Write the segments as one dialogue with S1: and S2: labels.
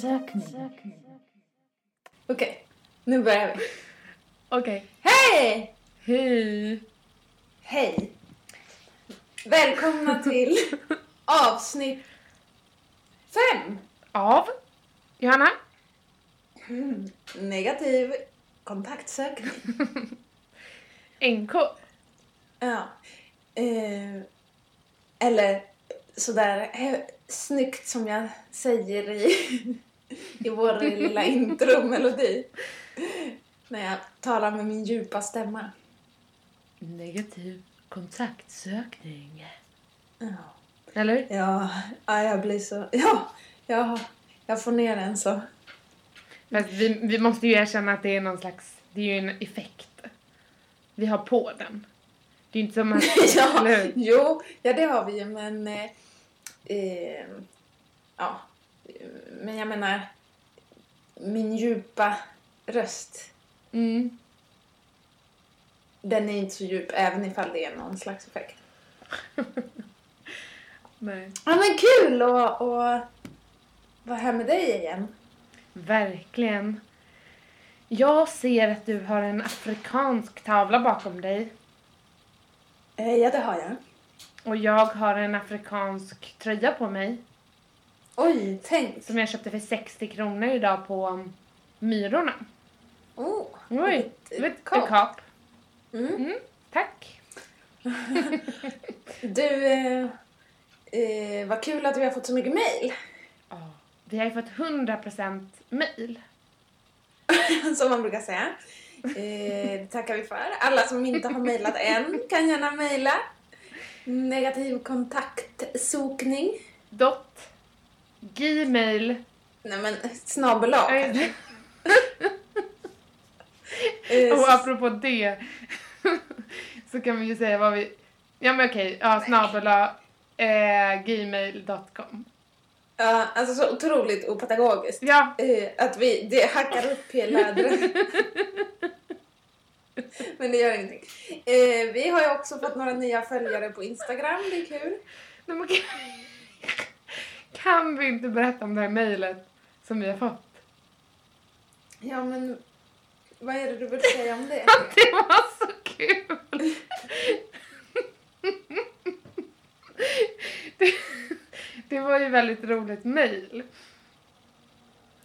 S1: Sökning.
S2: Okej, nu börjar vi.
S1: Okej.
S2: Hej!
S1: Hej!
S2: Hej! Välkomna till avsnitt fem.
S1: Av Johanna.
S2: Negativ kontaktsökning.
S1: NK.
S2: Ja. Eh, eller sådär eh, snyggt som jag säger i, i vår lilla intromelodi. När jag talar med min djupa stämma.
S1: Negativ kontaktsökning.
S2: Ja.
S1: Eller?
S2: Ja, ja, jag blir så... Ja, ja, jag får ner den så.
S1: Fast vi, vi måste ju erkänna att det är någon slags, det är ju en effekt. Vi har på den. Det är ju inte som att,
S2: ja,
S1: eller hur?
S2: jo, ja det har vi ju men... Eh, eh, ja, eh, men jag menar... Min djupa röst,
S1: Mm.
S2: den är inte så djup även ifall det är någon slags effekt.
S1: Nej.
S2: Ja men kul att och, vara här med dig igen.
S1: Verkligen. Jag ser att du har en afrikansk tavla bakom dig.
S2: Eh, ja, det har jag.
S1: Och jag har en afrikansk tröja på mig.
S2: Oj, tänk!
S1: Som jag köpte för 60 kronor idag på um, Myrorna.
S2: Oh,
S1: Oj,
S2: ett
S1: ett
S2: kap.
S1: kap.
S2: Mm.
S1: Mm, tack.
S2: Du, eh, eh, vad kul att vi har fått så mycket mejl.
S1: Ja, Vi har ju fått 100% mail.
S2: som man brukar säga. Eh, det tackar vi för. Alla som inte har mejlat än kan gärna mejla. Negativ kontaktsokning.
S1: Dot. Gmail.
S2: Nej men snabel A.
S1: Äh,
S2: Eh,
S1: Och apropå det så kan vi ju säga vad vi... Ja men okej, ja, snabel eh, gmail.com.
S2: ja, alltså så otroligt opategogiskt.
S1: Ja,
S2: Eh, att vi det hackar upp hela adressen. Men det gör ingenting. Eh, vi har ju också fått några nya följare på Instagram, det är kul.
S1: nej, men kan, kan vi inte berätta om det här mejlet som vi har fått?
S2: Ja men, vad är det du vill säga om det?
S1: Det var så kul! Det, det var ju väldigt roligt mejl.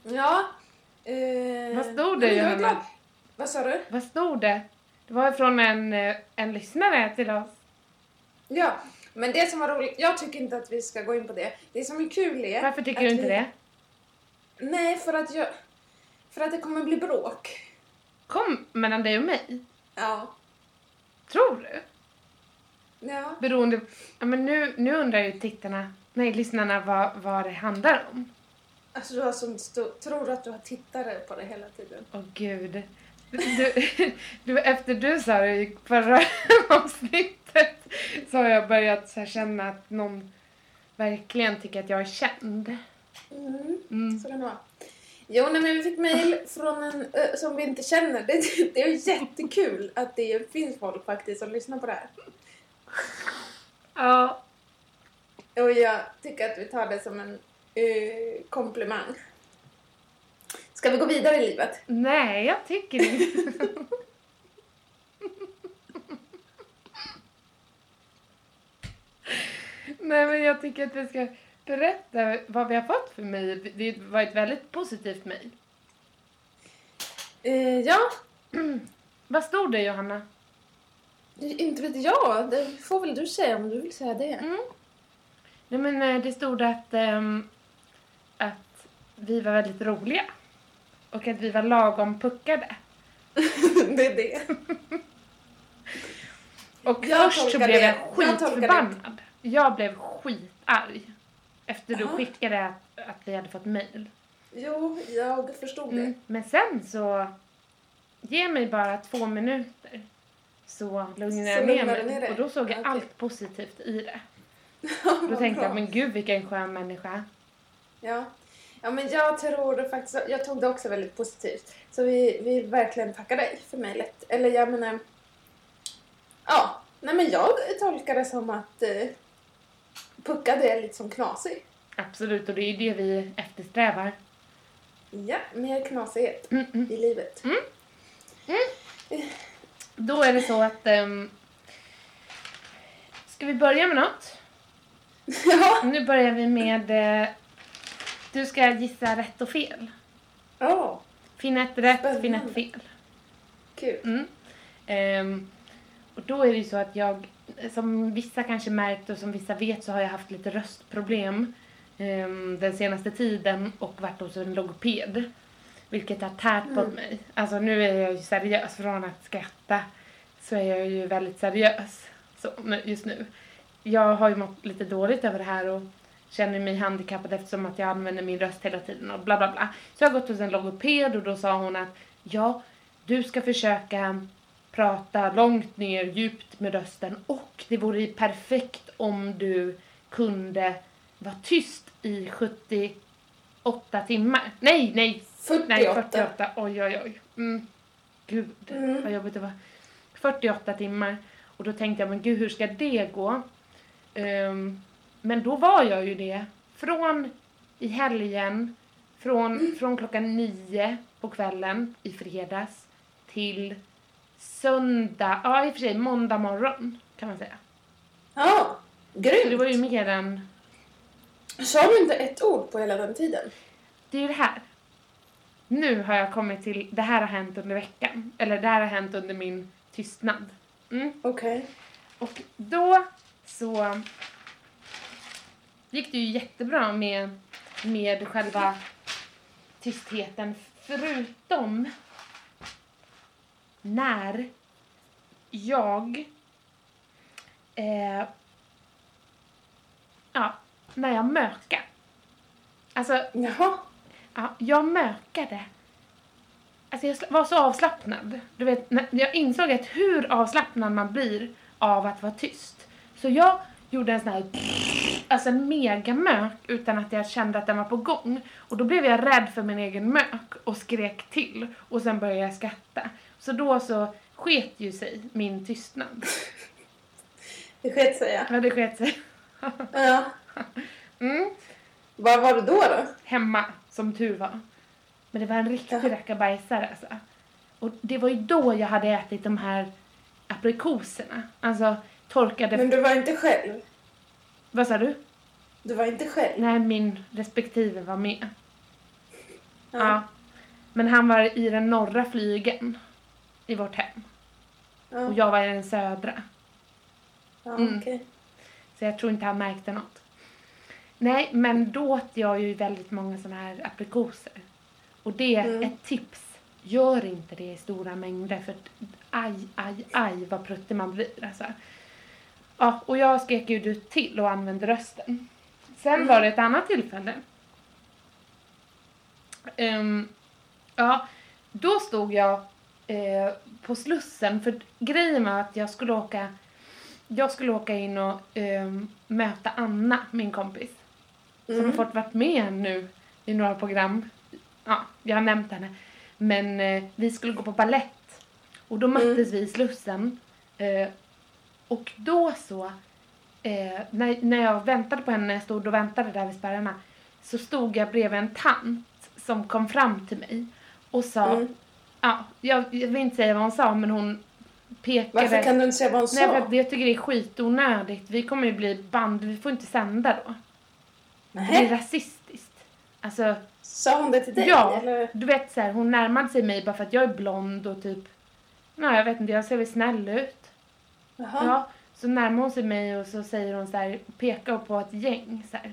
S2: Ja. Eh,
S1: Vad stod det,
S2: men jag är
S1: Johanna?
S2: glad. Vad sa du?
S1: Vad stod det? Det var från en, eh, en lyssnare till oss.
S2: Ja, men det som var roligt, jag tycker inte att vi ska gå in på det. Det som är kul är...
S1: Varför tycker
S2: att
S1: du inte
S2: vi,
S1: det?
S2: Nej, för att jag... För att det kommer bli bråk.
S1: Kom mellan dig och mig.
S2: Ja.
S1: Tror du?
S2: Ja.
S1: Beroende... Ja, men nu, nu undrar ju tittarna, nej lyssnarna vad, vad det handlar om.
S2: Alltså du har som stor, tror att du har tittare på det hela tiden.
S1: Åh gud. Du, du, efter du sa det i förra avsnittet så har jag börjat så här känna att någon verkligen tycker att jag är känd.
S2: Mm.
S1: Mm.
S2: Så kan det vara. Jo, nej, men vi fick mejl från en eh, som vi inte känner. Det, det är ju jättekul att det finns folk faktiskt som lyssnar på det här.
S1: Ja.
S2: Och jag tycker att vi tar det som en eh, komplimang. Ska vi gå vidare i livet?
S1: Nej, jag tycker inte. Nej, men jag tycker att vi ska berätta vad vi har fått för mejl. Det var ett väldigt positivt mejl.
S2: Eh, ja,
S1: Vad stod det, Johanna?
S2: det- inte vet jag. Det får väl du säga om du vill säga det.
S1: Mm. Nej men eh, det stod att, ehm, att vi var väldigt roliga. Och att vi var lagom puckade.
S2: det är det.
S1: Och
S2: Jag
S1: först så
S2: tolkar
S1: blev
S2: det-
S1: jag
S2: jag tolkar det-
S1: skitförbannad. Jag, blev skitarg. Efter du
S2: Jaha.
S1: skickade att, att vi hade fått mail.
S2: Jo, jag förstod
S1: Mm. Men sen så, ge mig bara två minuter. Så lugnade
S2: Så
S1: jag ner
S2: lugnar du ner
S1: mig.
S2: dig?
S1: Och då såg jag
S2: Okej.
S1: allt positivt i det.
S2: det.
S1: Då tänkte jag, men gud vilken skön människa.
S2: Ja. ja, men jag tror det faktiskt... Jag tog det också väldigt positivt. Så vi, vi verkligen tackar dig för mejlet. Eller jag menar... Ja, nej men jag tolkar det som att eh, puckade är lite som knasig.
S1: Absolut, och det är ju det vi eftersträvar.
S2: Ja, mer knasighet
S1: Mm, mm.
S2: i livet.
S1: Då är det så att... ehm, ska vi börja med något?
S2: Ja.
S1: Nu börjar vi med... eh, du ska gissa rätt och fel.
S2: Åh,
S1: Finna ett rätt,
S2: Spännande.
S1: finna ett fel.
S2: kul.
S1: Mm. Ehm, och då är det ju så att jag, som vissa kanske märkt och som vissa vet så har jag haft lite röstproblem ehm, den senaste tiden och varit hos en logoped. Vilket har tärt på
S2: Mm.
S1: mig. Alltså nu är jag ju seriös, från att skratta så är jag ju väldigt seriös så, nu- just nu. Jag har ju mått lite dåligt över det här och känner mig handikappad eftersom att jag använder min röst hela tiden och bla bla bla. Så jag har gått hos en logoped och då sa hon att ja, du ska försöka prata långt ner, djupt med rösten och det vore ju perfekt om du kunde vara tyst i 78 timmar. Nej, nej, nej
S2: 48.
S1: 48. Oj, oj, oj. Mm. Gud,
S2: Mm.
S1: vad jobbigt det var. 48 timmar. Och då tänkte jag, men gud, hur ska det gå? Ehm, men då var jag ju det. Från i helgen, från, från klockan nio på kvällen i fredags till söndag, ja i och för sig måndag morgon kan man säga.
S2: Ja,
S1: Så det var ju
S2: grymt.
S1: mer än,
S2: Sa du inte ett ord på hela den tiden?
S1: det är ju det här. Nu har jag kommit till, det här har hänt under veckan. Eller det här har hänt under min tystnad. Mm.
S2: Okej.
S1: Och då så gick det ju jättebra med, med själva tystheten förutom när jag eh, ja, när jag mökade. Alltså
S2: Jaha.
S1: Ja, jag mökade. Alltså jag sla- var så avslappnad. Du vet, när jag insåg att hur avslappnad man blir av att vara tyst. Så jag gjorde en sån här alltså en megamök utan att jag kände att den var på gång. Och då blev jag rädd för min egen mök och skrek till och sen började jag skratta. Så då så sket ju sig min tystnad.
S2: Det sket sig ja.
S1: Ja, det sket sig.
S2: ja.
S1: Mm.
S2: Vad var det då då?
S1: hemma, som tur var. Men det var en
S2: Ja.
S1: riktig rackabajsare alltså. Och det var ju då jag hade ätit de här aprikoserna. Alltså torkade...
S2: Men du var inte själv?
S1: Vad sa du?
S2: Du var inte själv?
S1: Nej, min respektive var med. Ja. Men han var i den norra flygen i vårt hem.
S2: Ja.
S1: Och jag var i den södra.
S2: Ja,
S1: Mm.
S2: okej.
S1: Så jag tror inte han märkte något. Nej, men då åt jag ju väldigt många såna här aprikoser. Och det är
S2: Mm.
S1: ett tips. Gör inte det i stora mängder för att aj, aj, aj vad pruttig man blir alltså. Ja, och jag skrek ju du till och använde rösten. Sen
S2: Mm.
S1: var det ett annat tillfälle. Ehm, ja, då stod jag eh, på Slussen för grejen var att jag skulle åka jag skulle åka in och ehm, möta Anna, min kompis. Som
S2: Mm.
S1: har fått varit med nu i några program. Ja, jag har nämnt henne. Men eh, vi skulle gå på ballett. Och då möttes
S2: Mm.
S1: vi i Slussen. Eh, och då så, eh, när, när jag väntade på henne, när jag stod och väntade där vid spärrarna, så stod jag bredvid en tant som kom fram till mig och sa,
S2: Mm.
S1: ja, jag, jag vill inte säga vad hon sa, men hon pekade...
S2: Varför kan du inte säga vad hon
S1: Nej, för
S2: sa?
S1: att jag tycker det är skitonödigt. Vi kommer ju bli band, vi får inte sända då. Det är
S2: Nej.
S1: rasistiskt. Alltså,
S2: Sa hon det till dig?
S1: ja.
S2: Eller?
S1: Du vet så här, hon närmade sig mig bara för att jag är blond och typ... Nej, jag vet inte, jag ser väl snäll ut.
S2: Jaha.
S1: Ja. Så närmar hon sig mig och så säger hon så här, pekar på ett gäng så här.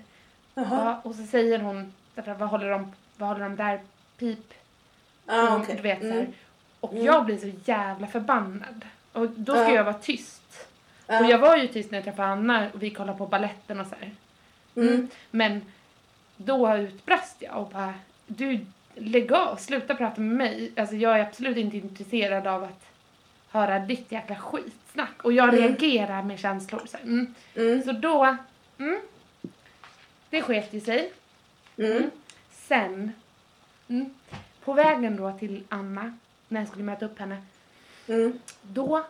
S2: Jaha.
S1: Ja, och så säger hon, så här, vad håller de, vad håller de där, pip?
S2: Ja,
S1: Hon-
S2: okej.
S1: Du vet så här.
S2: Mm.
S1: Och
S2: Mm.
S1: jag blir så jävla förbannad. Och då ska
S2: Ja.
S1: jag vara tyst.
S2: Ja.
S1: Och jag var ju tyst när jag träffade Anna och vi kollade på balletten och så här.
S2: Mm.
S1: Men då utbrast jag och bara, du lägg av, sluta prata med mig. Alltså jag är absolut inte intresserad av att höra ditt jäkla skitsnack. Och jag
S2: Mm.
S1: reagerar med känslor. Så, här, mm.
S2: Mm.
S1: så då, mm. Det sket ju sig.
S2: Mm.
S1: Sen, mm, på vägen då till Anna, när jag skulle möta upp henne,
S2: Mm.
S1: då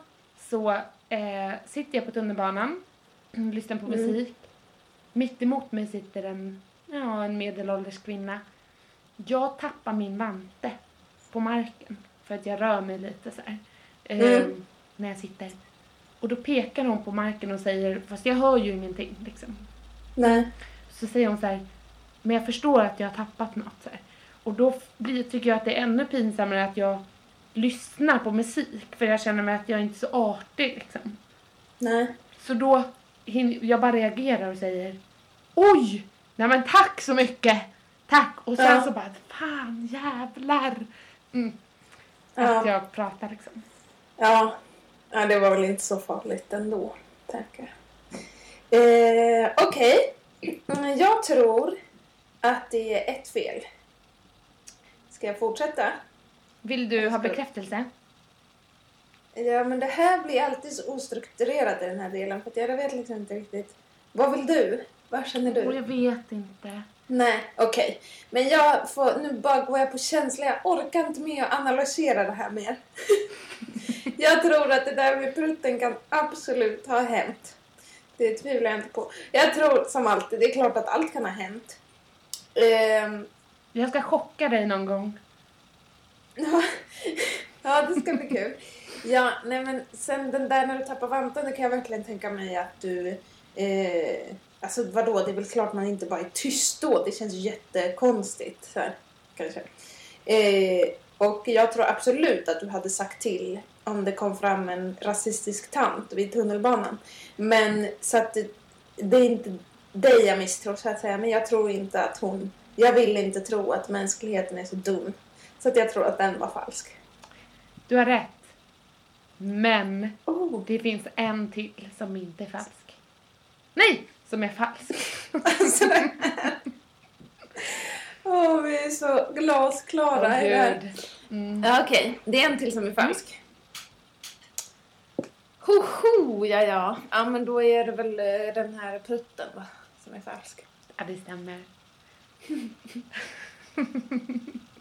S1: så eh, sitter jag på tunnelbanan, lyssnar på
S2: Mm.
S1: musik. Mitt emot mig sitter en, ja, en medelålders kvinna jag tappar min vante på marken för att jag rör mig lite så här. eh,
S2: Mm.
S1: När jag sitter. Och då pekar hon på marken och säger, fast jag hör ju ingenting liksom.
S2: Nej.
S1: Så säger hon så här, men jag förstår att jag har tappat något. Så här. Och då f- blir, tycker jag att det är ännu pinsammare att jag lyssnar på musik för jag känner mig att jag inte är så artig liksom.
S2: Nej.
S1: Så då, hin- jag bara reagerar och säger Oj! Nej men tack så mycket! Tack! Och sen
S2: Ja.
S1: så bara, fan jävlar! Mm. Att
S2: Ja.
S1: jag pratar liksom.
S2: ja. Ja, det var väl inte så farligt ändå, tänker jag. Eh, Okej. Mm, Jag tror att det är ett fel. Ska jag fortsätta?
S1: Vill du ha
S2: Ska-
S1: bekräftelse?
S2: Ja, men det här blir alltid så ostrukturerat i den här delen för att jag vet liksom inte riktigt. Vad vill du? Vad känner du?
S1: Och jag vet inte.
S2: Nej, okej. Men jag får, nu bara går jag på känsla. Jag orkar inte med att analysera det här mer. jag tror att det där med prutten kan absolut ha hänt. Det tvivlar jag inte på. Jag tror som alltid, det är klart att allt kan ha hänt. Ehm,
S1: Jag ska chocka dig någon gång.
S2: Ja, ja det ska bli kul. Ja, nej men sen den där när du tappar vanten, det kan jag verkligen tänka mig att du... Eh, alltså vadå, det är väl klart man inte bara är tyst då. Det känns ju jättekonstigt. Så här, kanske. Eh, och jag tror absolut att du hade sagt till om det kom fram en rasistisk tant vid tunnelbanan. Men så att det, det är inte dig jag misstror så att säga. Men jag tror inte att hon... Jag vill inte tro att mänskligheten är så dum. Så att jag tror att den var falsk.
S1: Du har rätt. Men
S2: Oh.
S1: det finns en till som inte är falsk. Nej! Som är falsk.
S2: Alltså. Åh, vi är så glasklara
S1: Åh,
S2: i det här.
S1: gud. Mm.
S2: Ja, okej. Det är en till som är falsk. Hoho, ja, ja. Ja, men då är det väl eh, den här prutten va, som är falsk.
S1: Ja, det stämmer.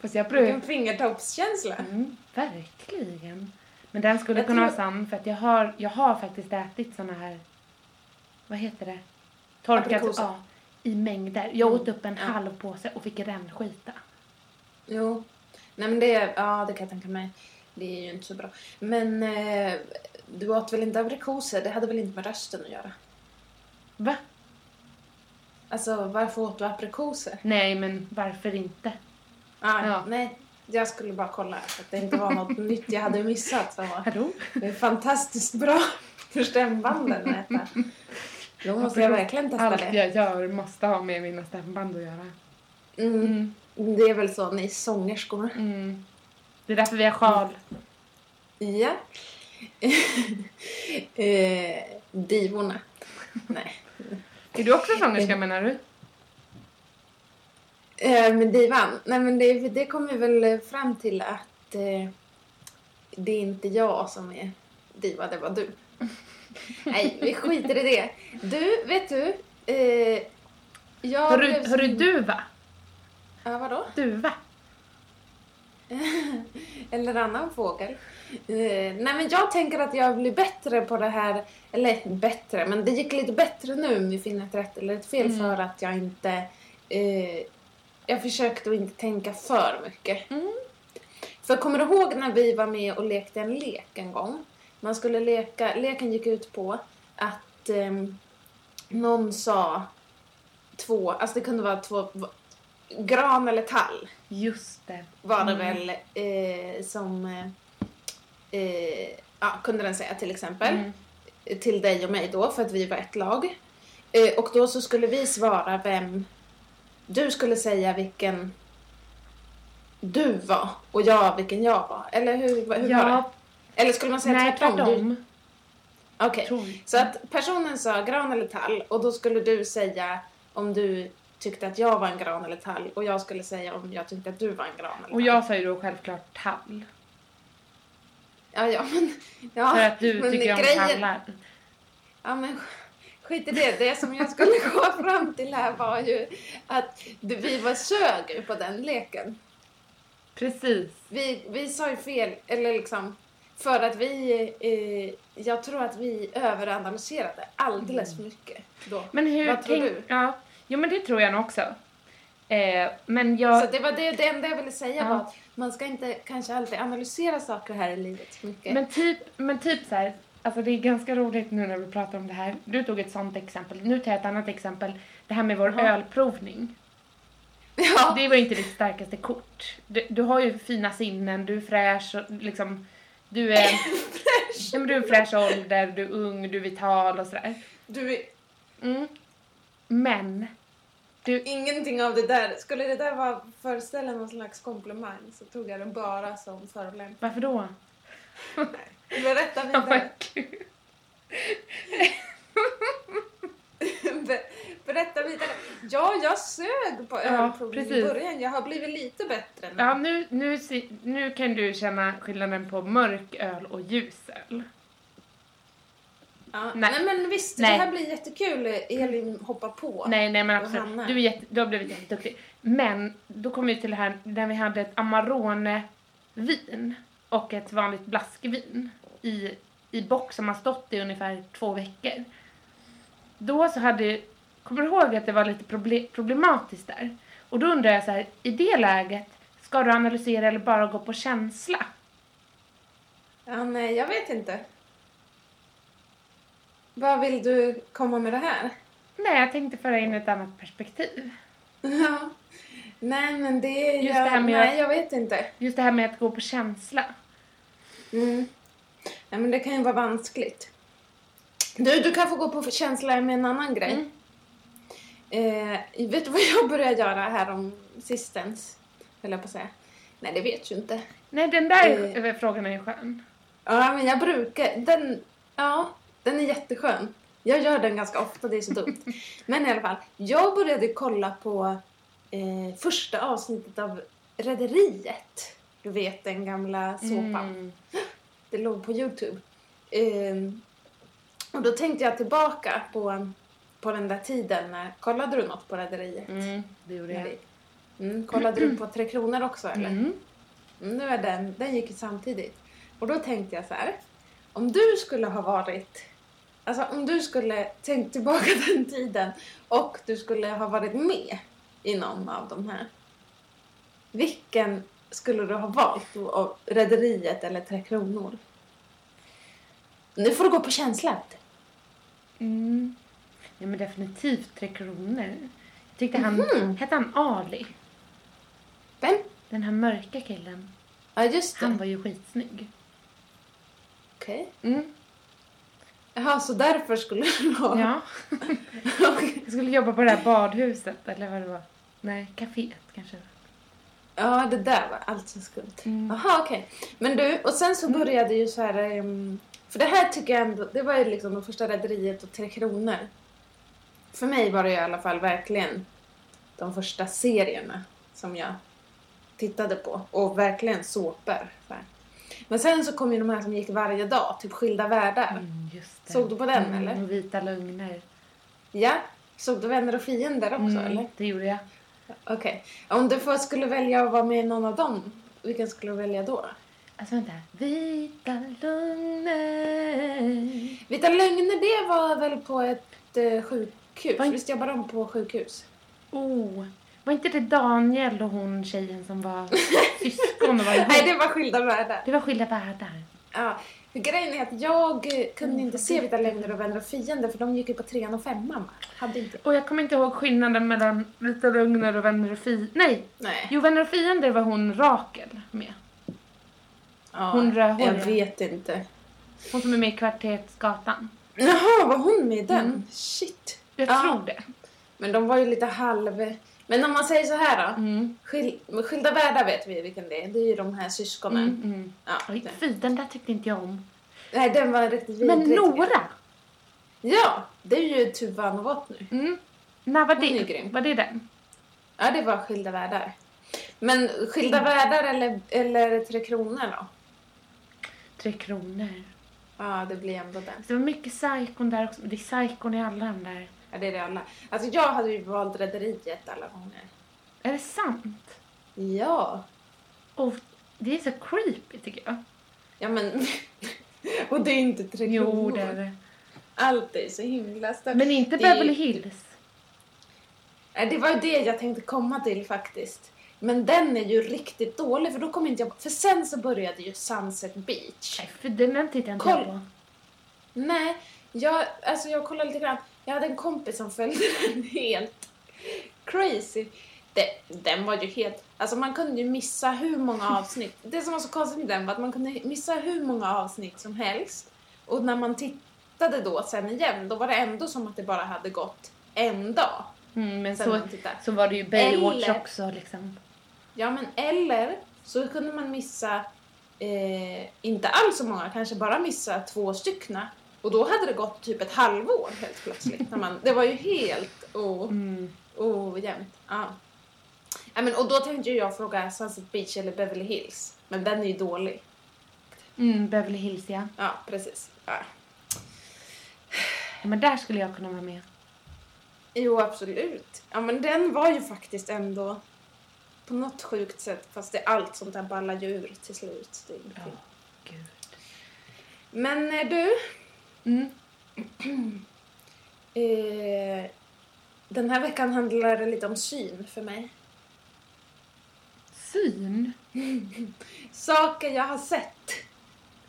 S1: Fast jag brukar...
S2: Mm. Vilken fingertoppskänsla.
S1: Mm, verkligen. Men den skulle
S2: Jag
S1: kunna
S2: tror-
S1: vara sann för att jag har, jag har faktiskt ätit såna här, vad heter det? Torkat,
S2: Aprikoser. Mm.
S1: ja, i mängder. Jag åt upp en
S2: Ja.
S1: halv påse och fick rännskita.
S2: Jo. Nej, men det, ja, det kan jag tänka mig. Det är ju inte så bra. Men eh, du åt väl inte aprikoser? Det hade väl inte med rösten att göra?
S1: Va?
S2: Alltså, varför åt du aprikoser?
S1: Nej, men varför inte?
S2: Ah,
S1: Ja.
S2: Nej, jag skulle bara kolla så att det inte var något nytt jag hade missat. Som var
S1: Hallå?
S2: det är fantastiskt bra för stämbanden att äta. Då måste jag verkligen testa
S1: Allt
S2: det.
S1: jag gör måste ha med mina stämband att göra.
S2: Mm,
S1: Mm,
S2: det är väl så, ni är sångerskor.
S1: mm. Det är därför vi har sjal.
S2: Ja. eh, divorna. Nej.
S1: Är du också
S2: Mm.
S1: sångerska menar du?
S2: Eh, men divan, nej men det, det kom vi väl fram till att eh, det är inte jag som är diva, det var du. nej, vi skiter i det. Du, vet du? Eh, jag
S1: Hörru,
S2: blev-
S1: hörru duva?
S2: Ja, vadå?
S1: Duva?
S2: Eller annan fågel. Eh, nej men jag tänker att jag blir bättre på det här, eller bättre, men det gick lite bättre nu om vi finner ett rätt eller ett fel
S1: Mm.
S2: för att jag inte, eh, jag försökte att inte tänka för mycket.
S1: Mm.
S2: För kommer du ihåg när vi var med och lekte en lek en gång? Man skulle leka, leken gick ut på att ehm, någon sa två, alltså det kunde vara två, v- gran eller tall
S1: Just det.
S2: var det
S1: Mm.
S2: väl eh, som eh, eh, ja, kunde den säga till exempel
S1: Mm.
S2: till dig och mig då för att vi var ett lag. Eh, och då så skulle vi svara vem du skulle säga vilken du var och jag vilken jag var. Eller hur, hur var det?
S1: Ja,
S2: Eller skulle man säga
S1: nej
S2: tvärtom? Du-
S1: tvärtom.
S2: Okej.
S1: Tror jag.
S2: Så att personen sa gran eller tall och då skulle du säga om du tyckte att jag var en gran eller tall och jag skulle säga om jag tyckte att du var en gran eller tall.
S1: Och jag sa ju då självklart tall.
S2: Ja, ja, men... Ja,
S1: för att du
S2: Ah, men
S1: tycker om tallar.
S2: Ja, men sk- skit i det. Det som jag skulle komma fram till här var ju att du- vi var sög på den leken.
S1: Precis.
S2: Vi, vi sa ju fel, eller liksom... För att vi... Eh, jag tror att vi
S1: Mm.
S2: överanalyserade alldeles för mycket då.
S1: Men hur
S2: Vad tror
S1: tänk-
S2: du?
S1: Ja, jo men det tror jag nog också. Eh, Eh, men
S2: Så
S1: jag...
S2: det var det, det enda jag ville säga
S1: Ja.
S2: var att man ska inte kanske alltid analysera saker här i livet så mycket.
S1: Men typ, men typ så här, alltså det är ganska roligt nu när vi pratar om det här. Du tog ett sånt exempel, nu tar jag ett annat exempel. Det här med vår
S2: Jaha.
S1: ölprovning.
S2: ja.
S1: Det var inte ditt starkaste kort. Du, du har ju fina sinnen, du är fräsch och liksom... Du är... Nej, men du är en fräsch ålder, du är ung, du är vital och sådär.
S2: Du, är-
S1: Mm. Men,
S2: ingenting av det där. Skulle det där vara föreställa någon slags komplimang så tog jag den bara som förolämpning.
S1: varför då?
S2: Berätta
S1: Oh my
S2: vidare.
S1: gud.
S2: Be- Berätta vidare. Ja, jag sög på ölprovning i
S1: precis.
S2: början. Jag har blivit lite bättre nu.
S1: Ja, nu, nu, se- nu kan du känna skillnaden på mörk öl och ljus öl.
S2: Ja. Nej.
S1: Nej.
S2: men visst,
S1: Nej.
S2: det här blir jättekul. Elin hoppar på.
S1: Nej, nej men
S2: Och Hanna.
S1: absolut. Du, är jätte, du har blivit jätteduktig. Men då kom vi till det här när vi hade ett Amarone-vin och ett vanligt blaskvin i, i box som har stått i ungefär två veckor. Då så hade, kommer du ihåg att det var lite proble- problematiskt där? Och då undrar jag så här, i det läget, ska du analysera eller bara gå på känsla?
S2: Ja, nej, jag vet inte. Vad vill du komma med det här?
S1: Nej, jag tänkte föra in ett annat perspektiv.
S2: Ja. Nej, men det är...
S1: Just
S2: jag,
S1: det här med
S2: nej, jag vet inte.
S1: Just det här med att gå på känsla.
S2: Mm. Nej, men det kan ju vara vanskligt. Du, du kan få gå på känsla med en annan grej.
S1: Mm.
S2: Eh, vet du vad jag började göra här om sistens? Höll jag på att säga. Nej, det vet ju inte.
S1: Nej, den där
S2: Eh.
S1: eh, frågan är ju skön.
S2: Ja, men jag brukar... Den, ja, den är jätteskön. Jag gör den ganska ofta, det är så dumt. Men i alla fall, jag började kolla på eh, första avsnittet av Rederiet. Du vet, den gamla såpan.
S1: Mm.
S2: Det låg på Youtube. Ehm, och då tänkte jag tillbaka på, på den där tiden när... Kollade du något på Rederiet?
S1: Mm, det gjorde
S2: När
S1: jag.
S2: det- Mm, kollade du på Tre Kronor också eller?
S1: Mm.
S2: Mm, Nu är den, den gick ju samtidigt. Och då tänkte jag så här. Om du skulle ha varit, alltså om du skulle tänkt tillbaka den tiden och du skulle ha varit med i någon av de här. Vilken skulle du ha valt? då? Av Rederiet eller Tre Kronor? Nu får du gå på känslan.
S1: Mm. Ja, men definitivt Tre Kronor. Jag tyckte han...
S2: Mhm.
S1: Hette han Ali?
S2: Vem?
S1: Den här mörka killen.
S2: Ja just det.
S1: Han var ju skitsnygg.
S2: Okej.
S1: Mm.
S2: Jaha, så därför skulle du ha...
S1: Ja.
S2: Okej.
S1: Jag skulle jobba på det här badhuset, eller vad det var. Nej, kaféet kanske.
S2: ja, det där var alltså skumt.
S1: Mm.
S2: Jaha, okej. Men du, och sen så började ju så här... ehm, För det här tycker jag ändå, det var ju liksom de första Rederiet och Tre Kronor. För mig var det i alla fall verkligen de första serierna som jag tittade på. Och verkligen såpor. Så här. Men sen så kom ju de här som gick varje dag, typ Skilda Världar.
S1: Mm, just det. Mm,
S2: Såg du på den, eller?
S1: Och Vita Lögner. Mm,
S2: Ja. Såg du Vänner och Fiender också eller?
S1: det gjorde jag.
S2: Okej. Om du får, skulle välja att vara med i någon av dem, vilken skulle du välja då?
S1: Alltså vänta. Vita Lögner.
S2: Vita lögner, det var väl på ett eh, sjukhus?
S1: Var inte-
S2: Visst jobbar de på sjukhus?
S1: Oh. Var inte det Daniel och hon tjejen som var syskon och var ihop?
S2: Nej, det var skilda världar.
S1: Det var skilda världar.
S2: Ja. För Grejen är att jag eh, kunde
S1: Mm,
S2: inte
S1: för
S2: se
S1: det-
S2: Vita lögner och Vänner och fiender för de gick ju på trean och femman va? Hade inte
S1: Och jag kommer inte ihåg skillnaden mellan Vita Lögner och Vänner och Fiender. Nej!
S2: Nej.
S1: Jo, Vänner och Fiender var hon Rakel med.
S2: Ja,
S1: Hon rödhåriga.
S2: Jag vet inte.
S1: Hon som är med i Kvartersgatan.
S2: Jaha, var hon med i den?
S1: Mm.
S2: Shit.
S1: Jag
S2: Ja.
S1: tror det.
S2: Men de var ju lite halv... Men om man säger så här då.
S1: Mm.
S2: Skil... Skilda världar vet vi vilken det är. Det är ju de här syskonen.
S1: Mm, mm.
S2: Ja,
S1: Oj,
S2: det.
S1: Fy, den där tyckte inte jag om.
S2: Nej, den var riktigt
S1: Men
S2: vidrig, tycker jag.
S1: Nora!
S2: Ja, det är ju Tuva Novot nu.
S1: Mm. När var
S2: Hon är
S1: det?
S2: grym.
S1: Var det den?
S2: Ja, det var Skilda världar. Men Skilda
S1: Mm.
S2: världar eller, eller Tre Kronor då?
S1: Tre Kronor.
S2: Ja, det blir ändå den.
S1: Det var mycket psykon där också. Det är psykon i alla de där.
S2: Ja, det är det alla. Alltså jag hade ju valt Rederiet alla gånger.
S1: Är det sant?
S2: Ja.
S1: Och det är så creepy tycker jag.
S2: Ja, men... Och det är inte Tre Kronor.
S1: Jo, det är det.
S2: Allt är så himla stört.
S1: Men inte
S2: Det är ju-
S1: Beverly Hills.
S2: Nej, Det var ju det jag tänkte komma till faktiskt. Men den är ju riktigt dålig för då kom inte jag För sen så började ju Sunset Beach.
S1: Nej, för den den tittar inte
S2: Koll.
S1: jag på.
S2: Nej, jag, alltså jag kollade lite grann. Jag hade en kompis som följde den helt crazy. Det, den var ju helt... Alltså man kunde ju missa hur många avsnitt. Det som var så konstigt med den var att man kunde missa hur många avsnitt som helst. Och när man tittade då sen igen, då var det ändå som att det bara hade gått en dag.
S1: Mm, men
S2: Sen
S1: så,
S2: man tittar.
S1: så var det ju Baywatch
S2: Eller-
S1: också liksom.
S2: Ja, men eller så kunde man missa eh, inte alls så många, kanske bara missa två styckna. Och då hade det gått typ ett halvår helt plötsligt. När man, det var ju helt o-
S1: Mm.
S2: ojämnt. Ja. Ja, men, och då tänkte ju jag fråga Sunset Beach eller Beverly Hills. Men den är ju dålig.
S1: Mm, Beverly Hills ja.
S2: Ja, precis. Ja.
S1: ja. Men där skulle jag kunna vara med.
S2: Jo, absolut. Ja, men den var ju faktiskt ändå på något sjukt sätt, fast det är allt sånt där ballar ju ur till slut. Det är
S1: Ja,
S2: ingenting.
S1: gud.
S2: Men eh, du,
S1: Mm.
S2: Eh, den här veckan handlar det lite om syn för mig.
S1: Syn.
S2: Saker jag har sett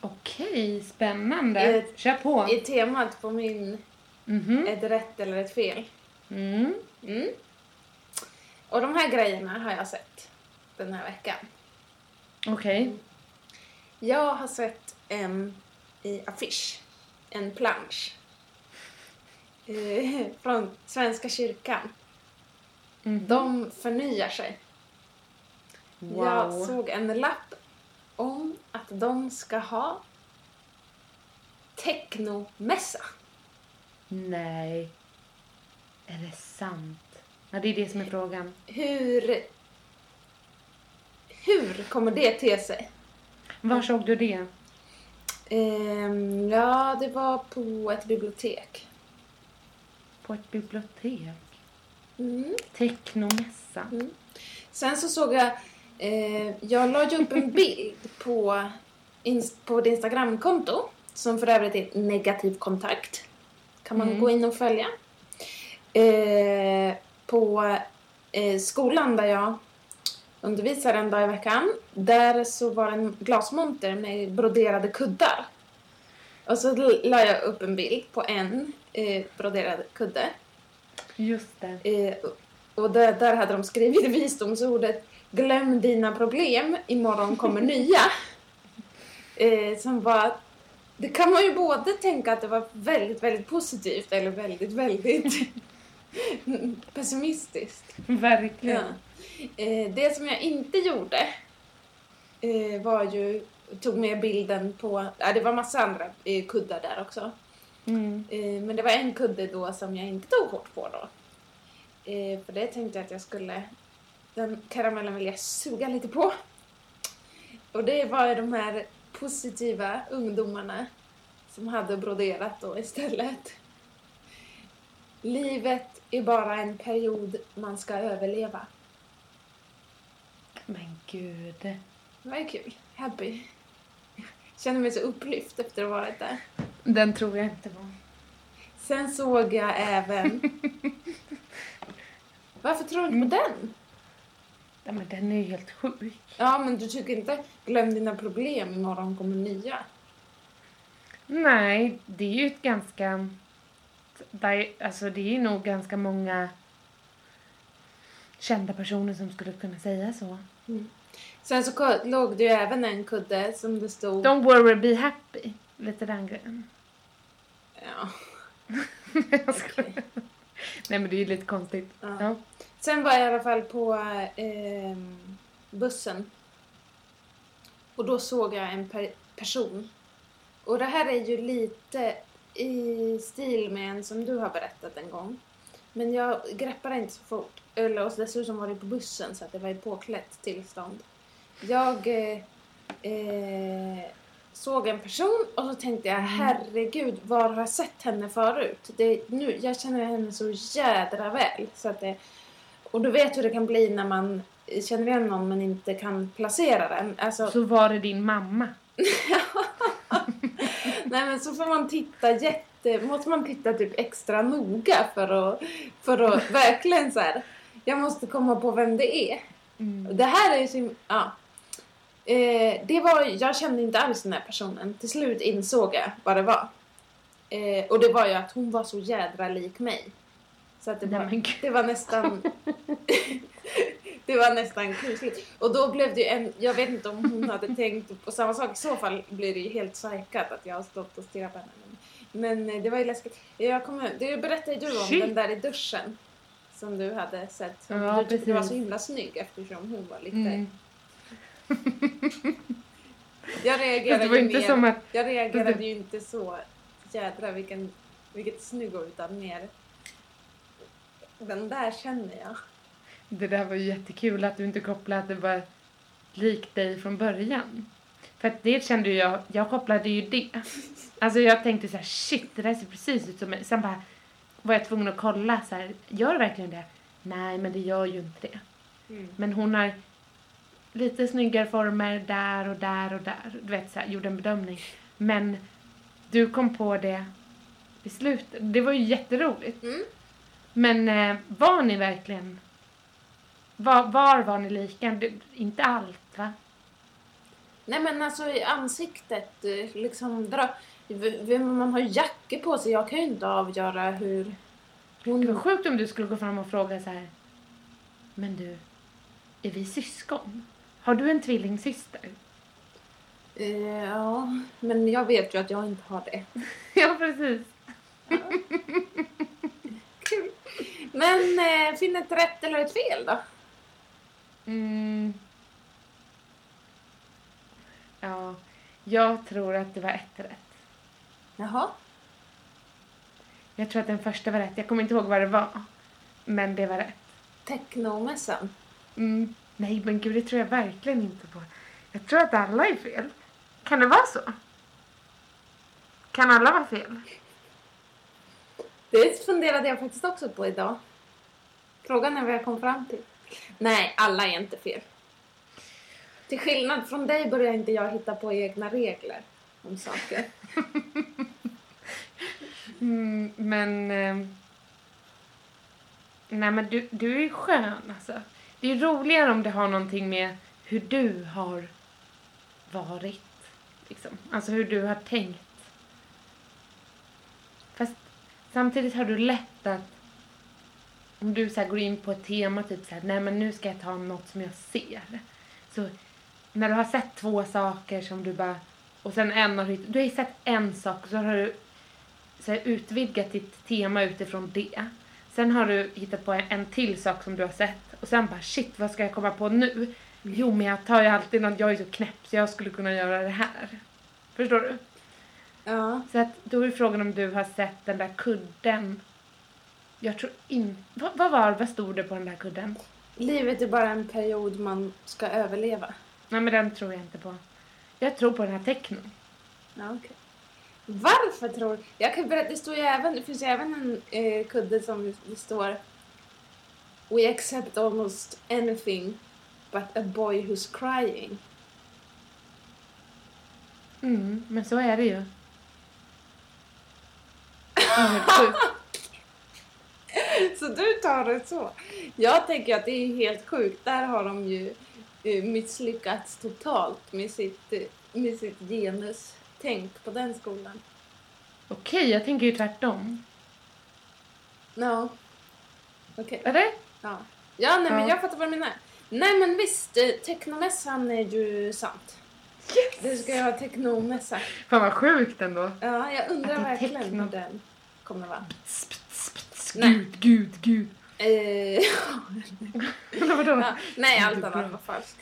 S1: Okej, spännande.
S2: Eh,
S1: Kör på.
S2: i temat på min
S1: Mhm.
S2: ett rätt eller ett fel.
S1: Mm.
S2: Mm. Och de här grejerna har jag sett den här veckan.
S1: Okej.
S2: Jag har sett en i affisch, en plansch. Eh, från Svenska kyrkan.
S1: Mhm.
S2: De förnyar sig.
S1: Wow.
S2: Jag såg en lapp om att de ska ha technomässa.
S1: Nej. Är det sant? Ja, det är det som
S2: Eh.
S1: är frågan.
S2: Hur... Hur kommer det te sig?
S1: Var såg du det?
S2: Ehm, ja, det var på ett bibliotek.
S1: På ett bibliotek?
S2: Mm.
S1: Teknomässa?
S2: Sen så såg jag... Eh, jag la ju upp en bild på, ins- på ett Instagramkonto som för övrigt är negativ kontakt. Kan man
S1: Mm.
S2: gå in och följa. Eh, på eh, skolan där jag undervisar en dag i veckan. Där så var det en glasmonter med broderade kuddar. Och så la jag upp en bild på en eh, broderad kudde.
S1: Just det.
S2: Eh, och där, där hade de skrivit visdomsordet Glöm dina problem, imorgon kommer nya. Eh, som var... Det kan man ju både tänka att det var väldigt, väldigt positivt eller väldigt, väldigt pessimistiskt.
S1: Verkligen.
S2: Eh, det som jag inte gjorde eh, var ju... Tog med bilden på... Ja, det var massa andra eh, kuddar där också.
S1: Mm.
S2: Eh, Men det var en kudde då som jag inte tog hårt på då. Eh, För det tänkte jag att jag skulle... Den karamellen vill jag suga lite på. Och det var ju de här positiva ungdomarna som hade broderat då istället. Livet är bara en period man ska överleva.
S1: Men gud.
S2: Det var ju kul. Happy. Känner mig så upplyft efter att ha varit där.
S1: Den tror jag inte på.
S2: Sen såg jag även... Varför tror du inte på den?
S1: Ja, men den är ju helt sjuk.
S2: Ja, men du tycker inte glöm dina problem, imorgon kommer nya.
S1: Nej, det är ju ett ganska... där- Alltså det är nog ganska många kända personer som skulle kunna säga så.
S2: Sen så ko- låg det ju även en kudde som det stod...
S1: Don't worry, be happy. Lite den grejen.
S2: Ja.
S1: Jag skojar. Nej men det är ju lite konstigt.
S2: Ja.
S1: Ja.
S2: Sen var jag i alla fall på ehm, bussen. Och då såg jag en per- person. Och det här är ju lite i stil med en som du har berättat en gång. Men jag greppade inte så fort. Eller, och dessutom var det på bussen så att det var i påklätt tillstånd. Jag eh, eh, såg en person och så tänkte jag herregud var har jag sett henne förut? Det, nu, jag känner henne så jädra väl. Så att det, och du vet hur det kan bli när man känner igen någon men inte kan placera den. Alltså,
S1: Så var det din mamma.
S2: Nej men så får man titta jätte... Måste man titta typ extra noga för att, för att verkligen så här. Jag måste komma på vem det är.
S1: Mm.
S2: Det här är ju så him- ja. eh, det var, Jag kände inte alls den här personen. Till slut insåg jag vad det var. Eh, och det var ju att hon var så jädra lik mig. Så att det,
S1: Nej,
S2: var,
S1: men gud.
S2: det var nästan... det var nästan kusligt. Och då blev det ju en... Jag vet inte om hon hade tänkt på samma sak. I så fall blir det ju helt psykat att jag har stått och stirrat på henne. Men eh, det var ju läskigt. Jag kommer, det berättade ju du om
S1: Shit.
S2: den där i duschen. Som du hade sett. Som
S1: Ja,
S2: du tyckte var
S1: precis.
S2: så himla snygg eftersom hon var lite...
S1: Mm.
S2: Jag
S1: Fast
S2: reagerade,
S1: det var
S2: ju,
S1: inte
S2: mer,
S1: som att...
S2: jag
S1: fast
S2: reagerade ju inte så jädra vilken, vilket snygg hon, utan mer den där känner jag.
S1: Det där var ju jättekul att du inte kopplade att det var likt dig från början. För att det kände ju jag, jag kopplade ju det. Alltså jag tänkte så här, shit det där ser precis ut som mig. Sen bara var jag tvungen att kolla så här, gör det verkligen det? Nej men det gör ju inte det. Men hon har lite snyggare former där och där och där. Du vet så här, gjorde en bedömning. Men du kom på det i slutet. Det var ju jätteroligt.
S2: Mm.
S1: Men eh, var ni verkligen... Var, var var ni lika? Det, inte allt va?
S2: Nej men alltså i ansiktet, eh, liksom dra... v- v- Man har ju jackor på sig, jag kan ju inte avgöra hur
S1: Det var
S2: hon...
S1: sjukt om du skulle gå fram och fråga så här. Men du, är vi syskon? Har du en tvillingsyster?
S2: Eh, ja, men jag vet ju att jag inte har det.
S1: ja precis.
S2: Men eh, finn ett rätt eller ett fel då.
S1: Mm. Ja, jag tror att det var ett rätt.
S2: Jaha.
S1: Jag tror att den första var rätt. Jag kommer inte ihåg vad det var. Men det var rätt.
S2: Technomässan.
S1: Mm. Nej men gud, det tror jag verkligen inte på. Jag tror att alla är fel. Kan det vara så? Kan alla vara fel?
S2: Det funderade jag faktiskt också på idag. Frågan är vad jag kom fram till. Nej, alla är inte fel. Till skillnad från dig börjar inte jag hitta på egna regler om saker.
S1: Mm, men... Eh, nej men du, du är skön alltså. Det är roligare om det har någonting med hur du har varit. Liksom. Alltså hur du har tänkt. Fast samtidigt har du lätt att om du så här går in på ett tema typ så här, nej men nu ska jag ta något som jag ser. Så när du har sett två saker som du bara, och sen en har du hittat- du har ju sett en sak och så har du så här, utvidgat ditt tema utifrån det. Sen har du hittat på en, en till sak som du har sett och sen bara shit vad ska jag komma på nu? Jo men jag tar ju alltid något, jag är ju så knäpp så jag skulle kunna göra det här. Förstår du?
S2: Ja.
S1: Så att då är frågan om du har sett den där kudden. Jag tror inte... Vad, vad var Vad stod det på den där kudden?
S2: Livet är bara en period man ska överleva.
S1: Nej men den tror jag inte på. Jag tror på den här technon.
S2: Ja, okej. Varför tror du? Jag kan berätta, det, står ju även, det finns ju även en eh, kudde som det står We accept almost anything but a boy who's crying.
S1: Mm, men så är det ju. Ja, men sjukt.
S2: Så du tar det så? Jag tänker att det är helt sjukt. Där har de ju eh, misslyckats totalt med sitt, eh, med sitt genustänk på den skolan.
S1: Okej, jag tänker ju tvärtom.
S2: No. Okej.
S1: Eller?
S2: Ja. Ja, nej, men
S1: Ja.
S2: jag fattar vad du menar. Nej, men visst. eh, Technomässan är ju sant. Du ska ju ha technomässa.
S1: Fan vad sjukt ändå.
S2: Ja, jag
S1: Att
S2: undrar
S1: det är
S2: verkligen
S1: techno.
S2: hur den kommer vara. Nej.
S1: Gud, gud, gud.
S2: Eh,
S1: Eller vadå?
S2: ja, nej, allt
S1: Bra.
S2: annat var falskt.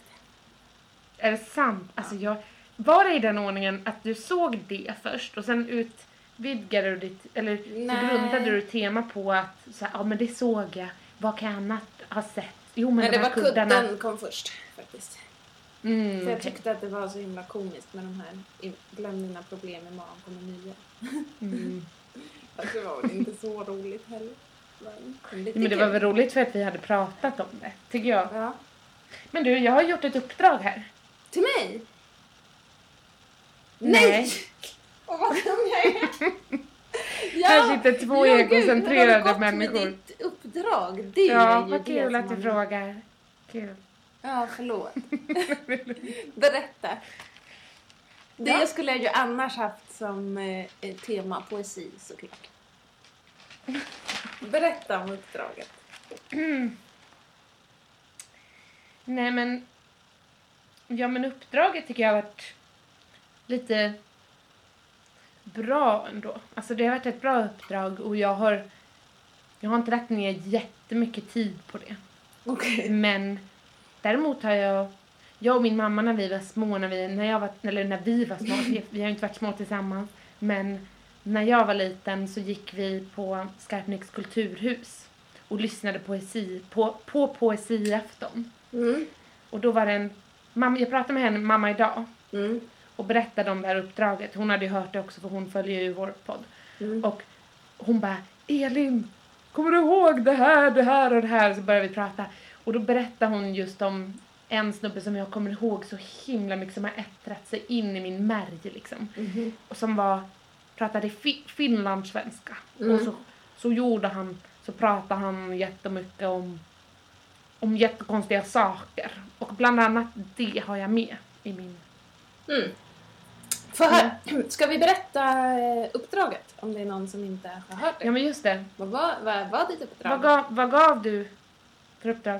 S1: Är det sant? Alltså jag, var det i den ordningen att du såg det först och sen utvidgade du ditt, eller
S2: Nej.
S1: så grundade du tema på att så här, ja men det såg jag, vad kan jag annat ha sett? Jo men,
S2: Men
S1: de
S2: det
S1: här
S2: var
S1: kuddarna.
S2: kudden kom först faktiskt.
S1: Mm,
S2: För jag
S1: okej.
S2: tyckte att det var så himla komiskt med de här i- Glöm dina problem, imorgon kommer nya.
S1: mm.
S2: Fast det var väl inte så roligt heller. Men, lite
S1: Men det var
S2: kul.
S1: väl roligt för att vi hade pratat om det, tycker jag.
S2: Ja.
S1: Men du, jag har gjort ett uppdrag här.
S2: Till mig?
S1: Nej.
S2: Åh, vad dum jag är!
S1: Här sitter två
S2: ja, gud,
S1: egocentrerade
S2: har det gått med
S1: människor.
S2: ditt upp- bidrag, det
S1: Ja,
S2: är ju
S1: vad kul
S2: det
S1: att du
S2: frågar.
S1: frågar. Kul.
S2: Ja, förlåt. Berätta. Det
S1: Ja.
S2: skulle jag ju annars haft som eh, eh, tema poesi såklart. Berätta om uppdraget.
S1: Mm. Nej men, ja men uppdraget tycker jag har varit lite bra ändå. Alltså det har varit ett bra uppdrag och jag har, jag har inte lagt ner jättemycket tid på det.
S2: Okej.
S1: Men däremot har jag, jag och min mamma när vi var små, när vi, när jag var, eller när vi var små, vi- vi har ju inte varit små tillsammans, men när jag var liten så gick vi på Skarpnäcks kulturhus och lyssnade på poesi, på, på poesiafton.
S2: Mm.
S1: Och då var det en, mamma, jag pratade med henne, mamma idag
S2: Mm.
S1: och berättade om det här uppdraget. Hon hade ju hört det också för hon följer ju vår podd.
S2: Mm.
S1: Och hon bara Elin, kommer du ihåg det här, det här och det här? Så började vi prata. Och då berättade hon just om en snubbe som jag kommer ihåg så himla mycket som har ättrat sig in i min märg liksom.
S2: Mhm.
S1: Och som var, pratade fi- finlandssvenska.
S2: Mm.
S1: Och så, så gjorde han, så pratade han jättemycket om, om jättekonstiga saker. Och bland annat det har jag med i min...
S2: Mm. Få hö- Ska vi berätta eh, uppdraget om det är någon som inte har hört det?
S1: Ja men just det,
S2: Vad var, vad var ditt uppdrag?
S1: vad gav, vad gav du för uppdrag?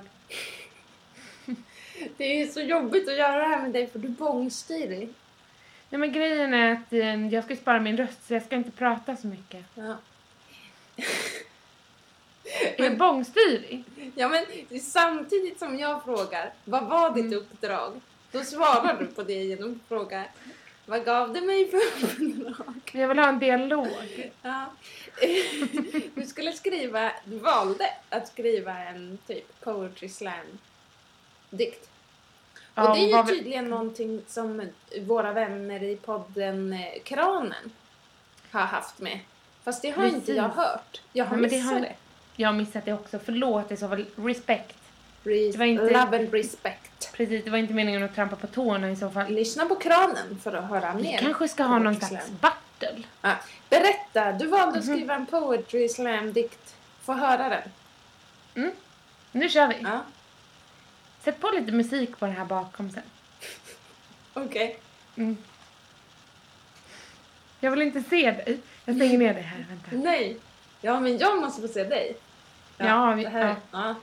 S2: Det är ju så jobbigt att göra det här med dig för du bångstyr dig.
S1: Nej men grejen är att eh, jag ska ju spara min röst så jag ska inte prata så mycket.
S2: Ja.
S1: Är jag bångstyrig?
S2: Ja, men det är samtidigt som jag frågar vad var ditt uppdrag? Då svarar du på det genom att fråga vad gav det mig för uppdrag?
S1: Jag vill ha en dialog.
S2: Ja. Du skulle skriva, du valde att skriva en typ poetry slam dikt. och
S1: Ja,
S2: det är ju
S1: vad vi-
S2: tydligen någonting som våra vänner i podden eh, Kranen har haft med. Fast det har inte
S1: Precis.
S2: jag hört. Jag har
S1: Nej, men det
S2: missat
S1: har-
S2: det.
S1: Jag har missat det också. Förlåt i så fall. Respect.
S2: Re-
S1: Det var inte-
S2: Love and respect.
S1: Precis, det var inte meningen att trampa på tårna i så fall.
S2: Lyssna på kranen för att höra
S1: Vi
S2: mer.
S1: kanske ska ha någon
S2: Poetry
S1: slags Mhm.
S2: slam.
S1: battle.
S2: Ja. Berätta, du valde att skriva en poetry slam-dikt. Få höra den.
S1: Nu kör vi.
S2: Ja.
S1: Sätt på lite musik på det här bakom sen.
S2: Okej.
S1: Mm. Jag vill inte se dig. Jag stänger ner dig här. Vänta.
S2: Nej. Ja, men jag måste få se dig.
S1: Ja, vi-
S2: det här.
S1: ja.
S2: Ja.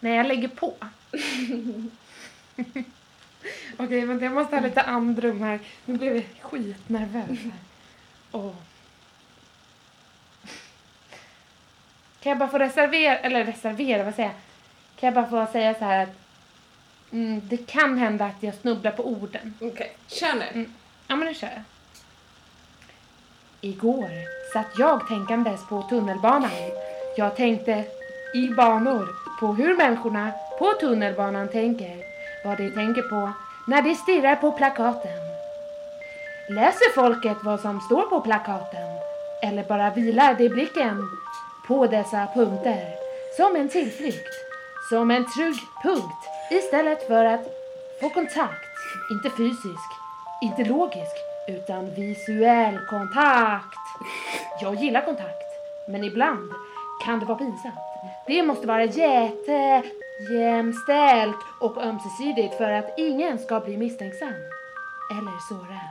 S1: Nej, jag lägger på. Okej, vänta. Jag måste ha lite andrum här. Nu blev jag skitnervös här. Åh. Kan jag bara få reservera, eller reservera, vad säger jag? Kan jag bara få säga så här att mm, det kan hända att jag snubblar på orden.
S2: Okej, kör nu.
S1: Mm. Ja, men nu kör jag. Igår satt jag tänkandes på tunnelbanan. Jag tänkte i banor på hur människorna på tunnelbanan tänker. Vad de tänker på när de stirrar på plakaten. Läser folket vad som står på plakaten? Eller bara vilar de blicken på dessa punkter? Som en tillflykt. Som en trygg punkt. Istället för att få kontakt. Inte fysisk. Inte logisk. Utan visuell kontakt. Jag gillar kontakt. Men ibland kan det vara pinsamt. Det måste vara jätte jämställt och ömsesidigt för att ingen ska bli misstänksam. Eller sårad.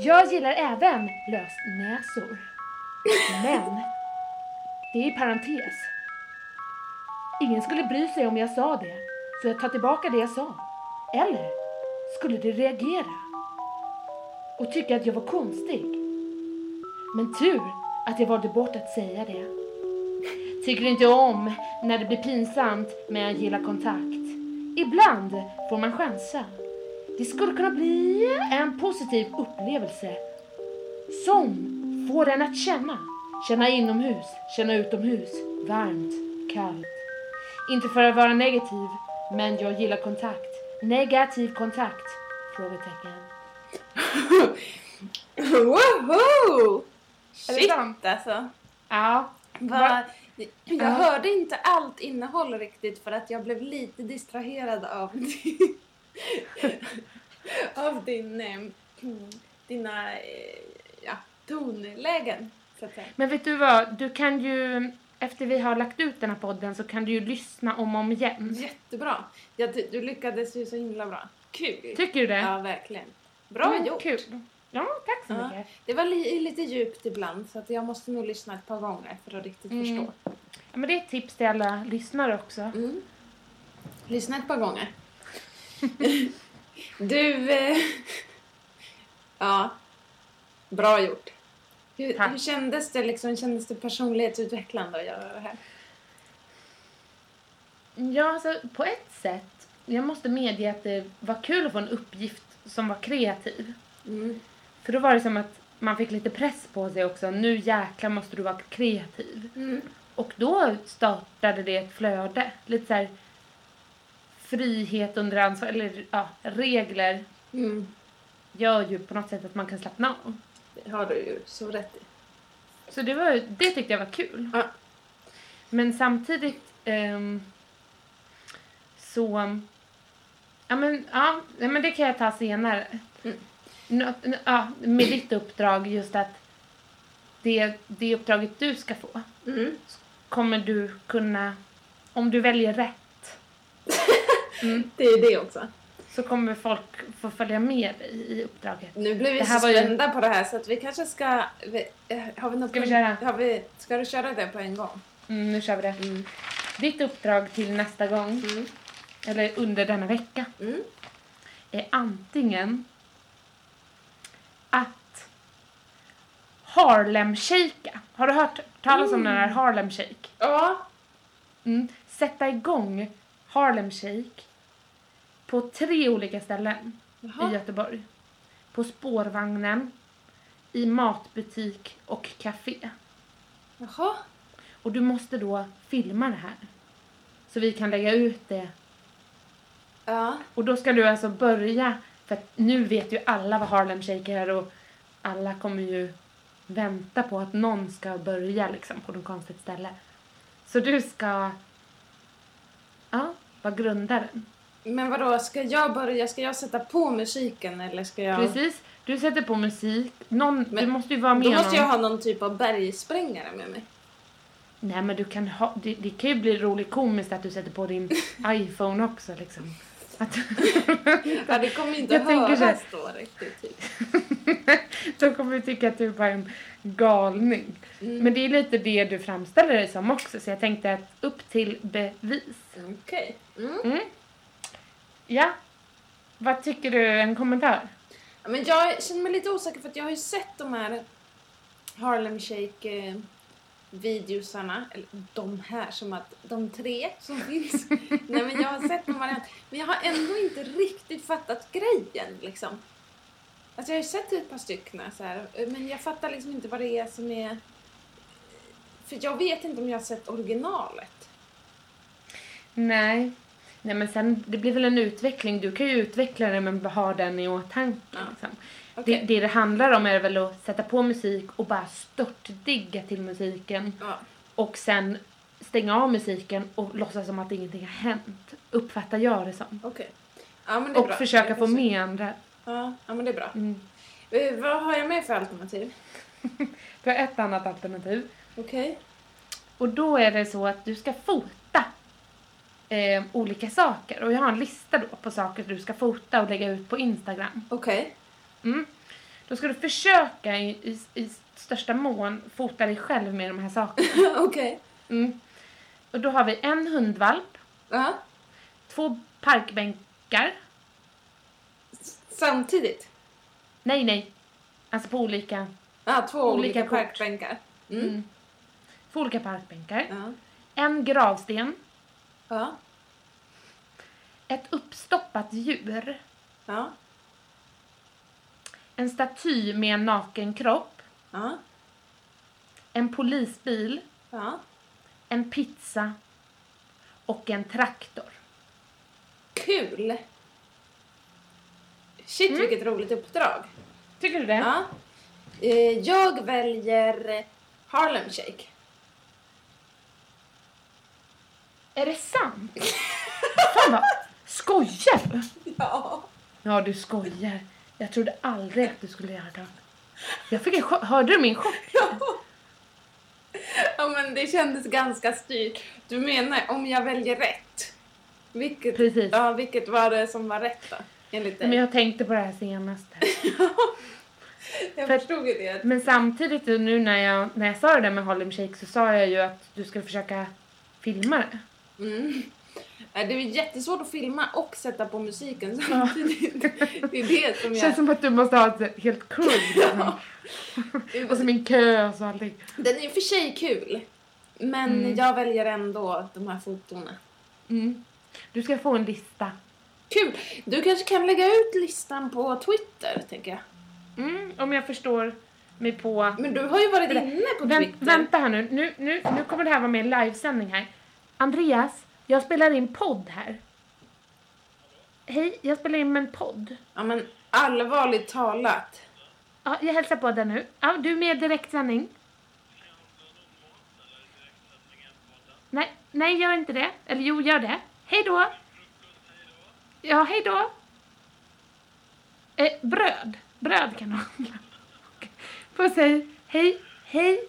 S1: Jag gillar även lösnäsor. Men det är i parentes. Ingen skulle bry sig om jag sa det, så jag tar tillbaka det jag sa. Eller skulle de reagera och tycka att jag var konstig. Men tur att jag valde bort att säga det. Tycker inte om när det blir pinsamt, men jag gillar kontakt. Ibland får man chansa. Det skulle kunna bli en positiv upplevelse som får en att känna. Känna inomhus, känna utomhus, varmt, kallt. Inte för att vara negativ, men jag gillar kontakt. Negativ kontakt? Frågetecken.
S2: Woho!
S1: Är det
S2: Shit
S1: sant?
S2: alltså.
S1: Ja.
S2: Vad- Jag
S1: Ja.
S2: hörde inte allt innehåll riktigt för att jag blev lite distraherad av din, av din, eh, dina eh, ja, tonlägen. Så att säga.
S1: Men vet du vad, du kan ju efter vi har lagt ut den här podden så kan du ju lyssna om och om igen.
S2: Jättebra. Ja, du, du lyckades ju så himla bra. Kul!
S1: Tycker du det?
S2: Ja, verkligen. Bra
S1: Mm,
S2: gjort.
S1: Kul. Ja, tack så
S2: Ja.
S1: mycket.
S2: Det var li- lite djupt ibland så att jag måste nog lyssna ett par gånger för att riktigt
S1: Mm.
S2: förstå.
S1: Ja, men det är ett tips till alla lyssnare också.
S2: Mm. Lyssna ett par gånger. du... Eh, ja. Bra gjort. Hur,
S1: Tack.
S2: hur kändes det liksom? Kändes det personlighetsutvecklande att göra det här?
S1: Ja, alltså på ett sätt. Jag måste medge att det var kul att få en uppgift som var kreativ.
S2: Mm.
S1: För då var det som att man fick lite press på sig också. Nu jäklar måste du vara kreativ.
S2: Mm.
S1: Och då startade det ett flöde. Lite så här frihet under ansvar, eller ja, regler
S2: Mm.
S1: gör ju på något sätt att man kan slappna av.
S2: Det har du ju så rätt i.
S1: Så det, var, det tyckte jag var kul.
S2: Ja.
S1: Men samtidigt ehm, så... Ja men, ja, nej, men det kan jag ta senare.
S2: Mm.
S1: Nå, n- ja, med ditt uppdrag, just att det, det uppdraget du ska få
S2: Mm.
S1: kommer du kunna... Om du väljer rätt
S2: Det är det också.
S1: så kommer folk få följa med dig i uppdraget.
S2: Nu blev vi
S1: Det här
S2: så
S1: var ju-
S2: spända på det här så att vi kanske ska... Vi, eh, har vi något
S1: Ska vi köra?
S2: Har vi, ska du köra det på en gång?
S1: Mm, nu kör vi det. Ditt uppdrag till nästa gång,
S2: Mm.
S1: eller under denna vecka,
S2: Mm.
S1: är antingen att Harlem Shake. Har du hört talas om den här
S2: Mm.
S1: Harlem Shake?
S2: Ja.
S1: Mm. Sätta igång Harlem Shake på tre olika ställen i
S2: Jaha.
S1: Göteborg. På spårvagnen, i matbutik och café.
S2: Jaha.
S1: Och du måste då filma det här. Så vi kan lägga ut det.
S2: Ja.
S1: Och då ska du alltså börja, för att nu vet ju alla vad Harlem Shake är och alla kommer ju vänta på att någon ska börja liksom på något konstigt ställe. Så du ska, ja, vara grundaren.
S2: Men vadå, ska jag börja? Ska jag sätta på musiken eller ska jag...
S1: Precis, du sätter på musik, någon,
S2: Men
S1: du måste ju vara med
S2: Då måste jag
S1: någon.
S2: ha någon typ av bergsprängare med mig.
S1: Nej men du kan ha, det, det kan ju bli roligt komiskt att du sätter på din iPhone också liksom. Att,
S2: Ja, det kommer inte
S1: Jag tänker
S2: höras
S1: så här-
S2: då riktigt. Typ.
S1: De kommer ju tycka att du bara är en galning.
S2: Mm.
S1: Men det är lite det du framställer dig som också, så jag tänkte att upp till bevis.
S2: Okej. Mm.
S1: Ja. Vad tycker du? En kommentar?
S2: Ja, Men jag känner mig lite osäker för att jag har ju sett de här Harlem Shake eh, videosarna, eller de här som att, de tre som finns. Nej men jag har sett dem variant. Men jag har ändå inte riktigt fattat grejen liksom. Alltså jag har ju sett ett par stycken så här, men jag fattar liksom inte vad det är som är... För jag vet inte om jag har sett originalet.
S1: Nej. Nej men sen, det blir väl en utveckling. Du kan ju utveckla det men ha den i åtanke.
S2: Ja.
S1: Liksom.
S2: Okej.
S1: Det, det det handlar om är väl att sätta på musik och bara störtdigga till musiken.
S2: Ja.
S1: Och sen stänga av musiken och låtsas som att ingenting har hänt. Uppfattar jag det som.
S2: Okej. Ja men det är
S1: Och
S2: bra.
S1: försöka
S2: Jag
S1: få
S2: försöker-
S1: med andra.
S2: Ja, ja men det är bra.
S1: Mm.
S2: Eh, vad har jag med för alternativ?
S1: Du har ett annat alternativ.
S2: Okej.
S1: Och då är det så att du ska fota eh, olika saker. Och jag har en lista då på saker du ska fota och lägga ut på Instagram.
S2: Okej.
S1: Mm. Då ska du försöka i, i, i största mån fota dig själv med de här sakerna.
S2: Okej.
S1: Mm. Och då har vi en hundvalp,
S2: Ja.
S1: två parkbänkar.
S2: Samtidigt?
S1: Nej, nej. Alltså på olika,
S2: Ja, två olika,
S1: Olika kort.
S2: parkbänkar. Mm.
S1: Mm. på olika parkbänkar.
S2: Ja.
S1: En gravsten,
S2: Ja.
S1: ett uppstoppat djur,
S2: Ja.
S1: en staty med en naken kropp,
S2: Ja.
S1: en polisbil,
S2: Ja.
S1: en pizza och en traktor.
S2: Kul! Shit,
S1: Mm.
S2: vilket roligt uppdrag.
S1: Tycker du det?
S2: Ja. Eh, jag väljer Harlem Shake.
S1: Är det sant? Fan vad... Skojar du?
S2: Ja.
S1: Ja, du skojar. Jag trodde aldrig att du skulle göra det. Jag fick en chock. Hörde du min chock?
S2: ja. Ja men det kändes ganska styrt. Du menar om jag väljer rätt? Vilket,
S1: Precis.
S2: ja, vilket var det som var rätt då? Enligt dig?
S1: Men jag tänkte på det här senaste.
S2: jag
S1: för-
S2: förstod ju det.
S1: Men samtidigt nu när jag, när jag sa det där med Harlem Shake så sa jag ju att du skulle försöka filma det.
S2: Mm. Nej, Det är jättesvårt att filma och sätta på musiken samtidigt. Det är det som
S1: Det
S2: jag...
S1: känns som att du måste ha ett helt crew. liksom. Och som en kö och så allting.
S2: Den är i och för sig kul. Men
S1: Mm.
S2: jag väljer ändå de här fotona.
S1: Mm. Du ska få en lista.
S2: Kul! Du kanske kan lägga ut listan på Twitter, tänker jag.
S1: Mm, om jag förstår mig på...
S2: Men du har ju varit
S1: Eller-
S2: inne på
S1: Vänt,
S2: Twitter.
S1: vänta här nu. Nu, nu. nu kommer det här vara med i livesändning här. Andreas, jag spelar in podd här. Hej, jag spelar in en podd.
S2: Ja men allvarligt talat.
S1: Ja, jag hälsar på dig nu. Ja, du är med i direktsändning. Nej, nej, gör inte det. Eller jo, gör det. Hej då! Ja, hej då! Eh, bröd. Bröd kan du handla. Okej. Puss, hej. Hej, hej.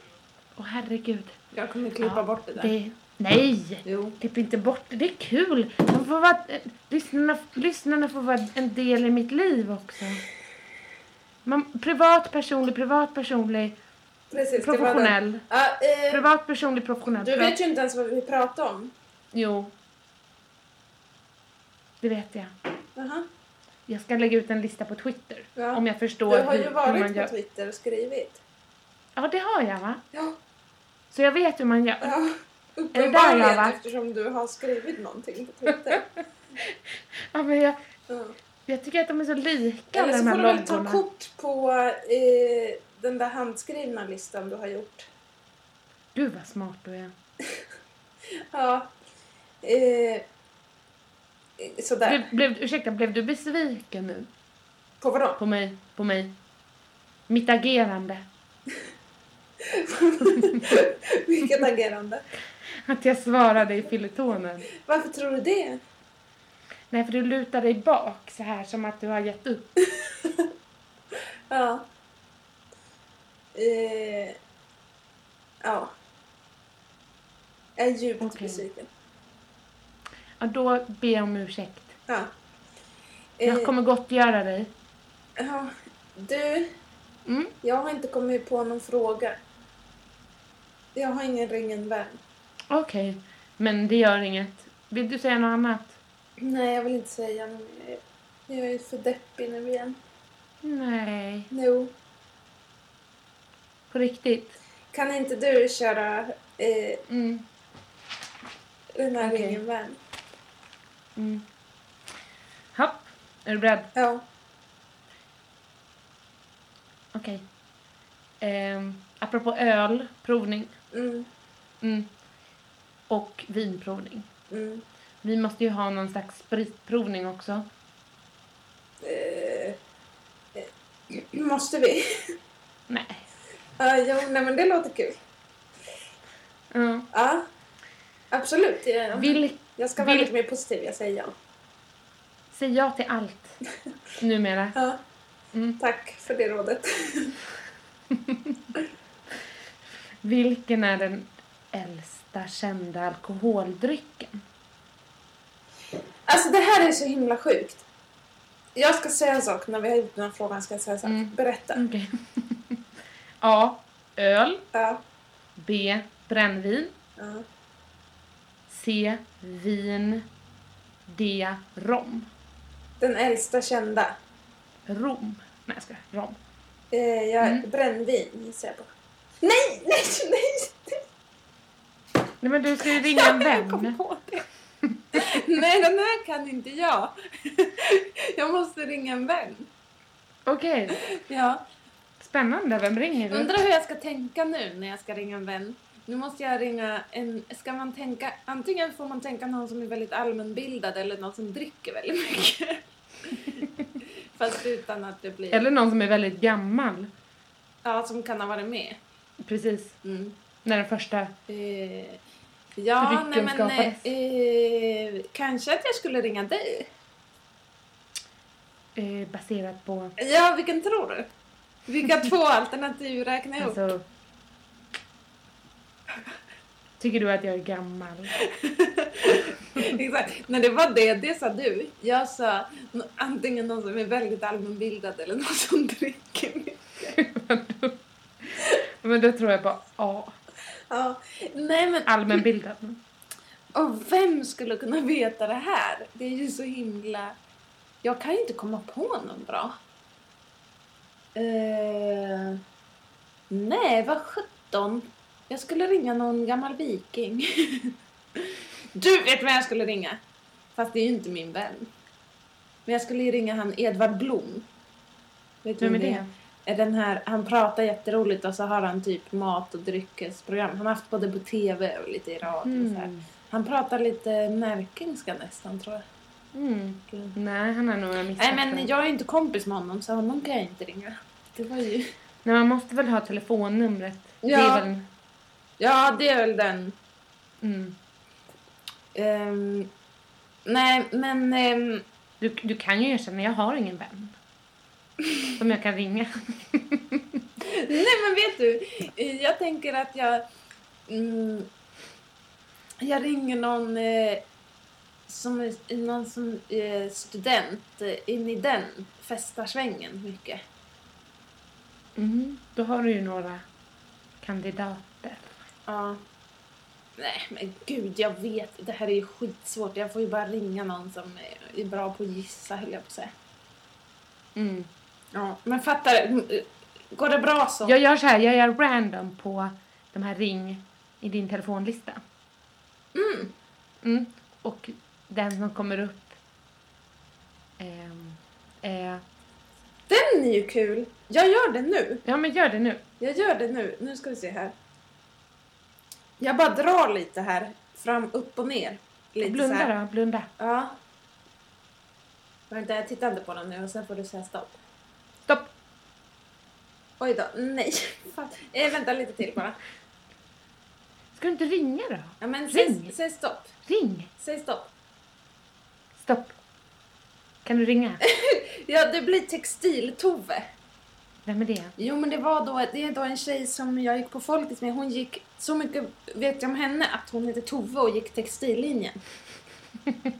S1: Åh, herregud.
S2: Jag kommer klippa bort det där.
S1: Det... Nej!
S2: Jo.
S1: Klipp inte bort det. Det är kul. De får vara, eh, lyssnarna, lyssnarna får vara en del i mitt liv också. Man, privat, personlig, privat, personlig,
S2: Precis,
S1: professionell.
S2: Det var den. Ja,
S1: Privat, personlig, professionell.
S2: eh, du
S1: Privat-
S2: vet ju inte ens vad vi pratar om.
S1: Jo. Det vet jag.
S2: Jaha.
S1: Jag ska lägga ut en lista på Twitter.
S2: Ja.
S1: Om jag förstår
S2: Du har ju
S1: man
S2: varit på
S1: gör.
S2: Twitter och skrivit.
S1: Ja, det har jag va?
S2: Ja,
S1: Så jag vet hur man gör.
S2: ja.
S1: det där jag har
S2: Uppenbarligen
S1: varit?
S2: eftersom du har skrivit någonting på Twitter.
S1: Ja, men jag,
S2: Ja.
S1: jag tycker att de är så lika alla
S2: Eller så
S1: de här
S2: får du väl ta
S1: loggorna.
S2: kort på eh, den där handskrivna listan du har gjort.
S1: Gud vad smart du är.
S2: Ja. Eh, sådär.
S1: Blev, blev, ursäkta, blev du besviken nu?
S2: På vadå?
S1: På mig, på mig. Mitt agerande.
S2: Vilket agerande?
S1: Att jag svarade i filetonen.
S2: Varför tror du det?
S1: Nej, för du lutar dig bak så här som att du har gett upp.
S2: Ja. Eh, ja. Jag är djupt
S1: Okej.
S2: besviken.
S1: Ja, då ber jag om ursäkt.
S2: Ja. Eh,
S1: Jag kommer gottgöra dig.
S2: ja. Du,
S1: Mm.
S2: jag har inte kommit på någon fråga. Jag har ingen ringen vän.
S1: Okej, men det gör inget. Vill du säga något annat?
S2: Nej, jag vill inte säga något mer. Jag är för deppig nu igen.
S1: Nej,
S2: No.
S1: på riktigt.
S2: Kan inte du köra eh,
S1: Mm.
S2: den här
S1: Okej.
S2: ringen vän?
S1: Mm. Hopp, är du beredd?
S2: Ja.
S1: Okej. Ehm, apropå öl, provning.
S2: Mm.
S1: Mm. Och vinprovning.
S2: Mm.
S1: Vi måste ju ha någon slags spritprovning också.
S2: Eh, eh, måste vi?
S1: Nej.
S2: Ja, jo, nej men det låter kul.
S1: Ja.
S2: Ja, absolut. Jag,
S1: Vill,
S2: jag ska vara
S1: vil-
S2: lite mer positiv, jag säger ja.
S1: säg ja till allt numera.
S2: ja.
S1: Mm.
S2: Tack för det rådet.
S1: Vilken är den äldsta kända alkoholdrycken?
S2: Alltså det här är så himla sjukt. Jag ska säga en sak när vi har gjort den här frågan. Ska jag säga så här.
S1: Mm.
S2: Berätta.
S1: Okej. A. Öl.
S2: Ja,
S1: B. Brännvin.
S2: ja.
S1: C. Vin. D. Rom.
S2: Den äldsta kända.
S1: Rom. Nej, jag skojar. Rom.
S2: Eh, jag,
S1: Mm.
S2: Brännvin gissar jag på. Nej, nej, nej!
S1: Nej, men du ska ju ringa en
S2: Jag kom
S1: vän.
S2: på det. nej, den här kan inte jag. jag måste ringa en vän.
S1: Okej.
S2: Ja.
S1: Spännande. Vem ringer du?
S2: Undrar hur jag ska tänka nu när jag ska ringa en vän. Nu måste jag ringa en... Ska man tänka... Antingen får man tänka någon som är väldigt allmänbildad eller någon som dricker väldigt mycket. Fast utan att det blir...
S1: Eller någon som är väldigt gammal.
S2: Ja, som kan ha varit med.
S1: Precis.
S2: Mm.
S1: När den första...
S2: Eh, ja,
S1: Drycken
S2: nej men...
S1: skapades.
S2: Eh, eh, kanske att jag skulle ringa dig.
S1: Eh, baserat på...
S2: Ja, vilken tror du? Äh, Vilka två alternativ räknar jag upp?
S1: Alltså... Tycker du att jag är gammal?
S2: Exakt. När det var det, det sa du. Jag sa nå- antingen någon som är väldigt allmänbildad eller någon som dricker mycket.
S1: Men då tror jag på A.
S2: Ja. Nej men,
S1: Allmänbildad.
S2: och vem skulle kunna veta det här? Det är ju så himla... Jag kan ju inte komma på någon bra. Eh, nej, vad sjutton. Jag skulle ringa någon gammal viking. du vet vem jag skulle ringa! Fast det är ju inte min vän. Men jag skulle ju ringa han Edvard Blom. Vet du
S1: Vem är
S2: vem
S1: det?
S2: är den här, han pratar jätteroligt och så har han typ mat och dryckesprogram. Han har haft både på TV och lite i radio. och Så här.
S1: Mm.
S2: Han pratar lite närkingska nästan tror jag.
S1: Mm. Nej, han har nog missat
S2: Nej men
S1: den.
S2: jag är inte kompis med honom så honom kan jag inte ringa. Det var ju...
S1: Nej, man måste väl ha telefonnumret? Det
S2: Ja.
S1: är väl...
S2: Ja det är väl den.
S1: Mm.
S2: Ehm, nej men... ehm,
S1: Du, du kan ju erkänna, jag har ingen vän. Som jag kan ringa.
S2: nej men vet du. eh, Jag tänker att jag... Mm, jag ringer någon eh, som är någon som är student eh, in i den festarsvängen mycket.
S1: Mm. Då har du ju några kandidater.
S2: Ja. Nej men gud, jag vet. Det här är ju skitsvårt. Jag får ju bara ringa någon som är bra på att gissa höll jag på att säga.
S1: Mm.
S2: Ja. Men fattar du? Går det bra så?
S1: Jag gör så här, jag gör random på de här ring i din telefonlista.
S2: Mm.
S1: Mm. Och den som kommer upp ehm, är...
S2: Den är ju kul! Jag gör det nu.
S1: Ja men gör det nu.
S2: Jag gör det nu. Nu ska vi se här. Jag bara drar lite här. Fram, upp och ner. Lite så här.
S1: Blunda då, blunda.
S2: Ja. Vänta, jag tittar inte på den nu och sen får du säga stopp.
S1: Stopp!
S2: Oj då, nej. Fan. Eh, vänta lite till bara.
S1: Ska du inte ringa då?
S2: Ja, men säg,
S1: Ring.
S2: säg stopp.
S1: Ring!
S2: Säg stopp.
S1: Stopp! Kan du ringa?
S2: Ja, det blir Textil-Tove.
S1: Vem är det?
S2: Jo, men det var då, det är då en tjej som jag gick på Folket med. Hon gick, så mycket vet jag om henne, att hon heter Tove och gick textillinjen.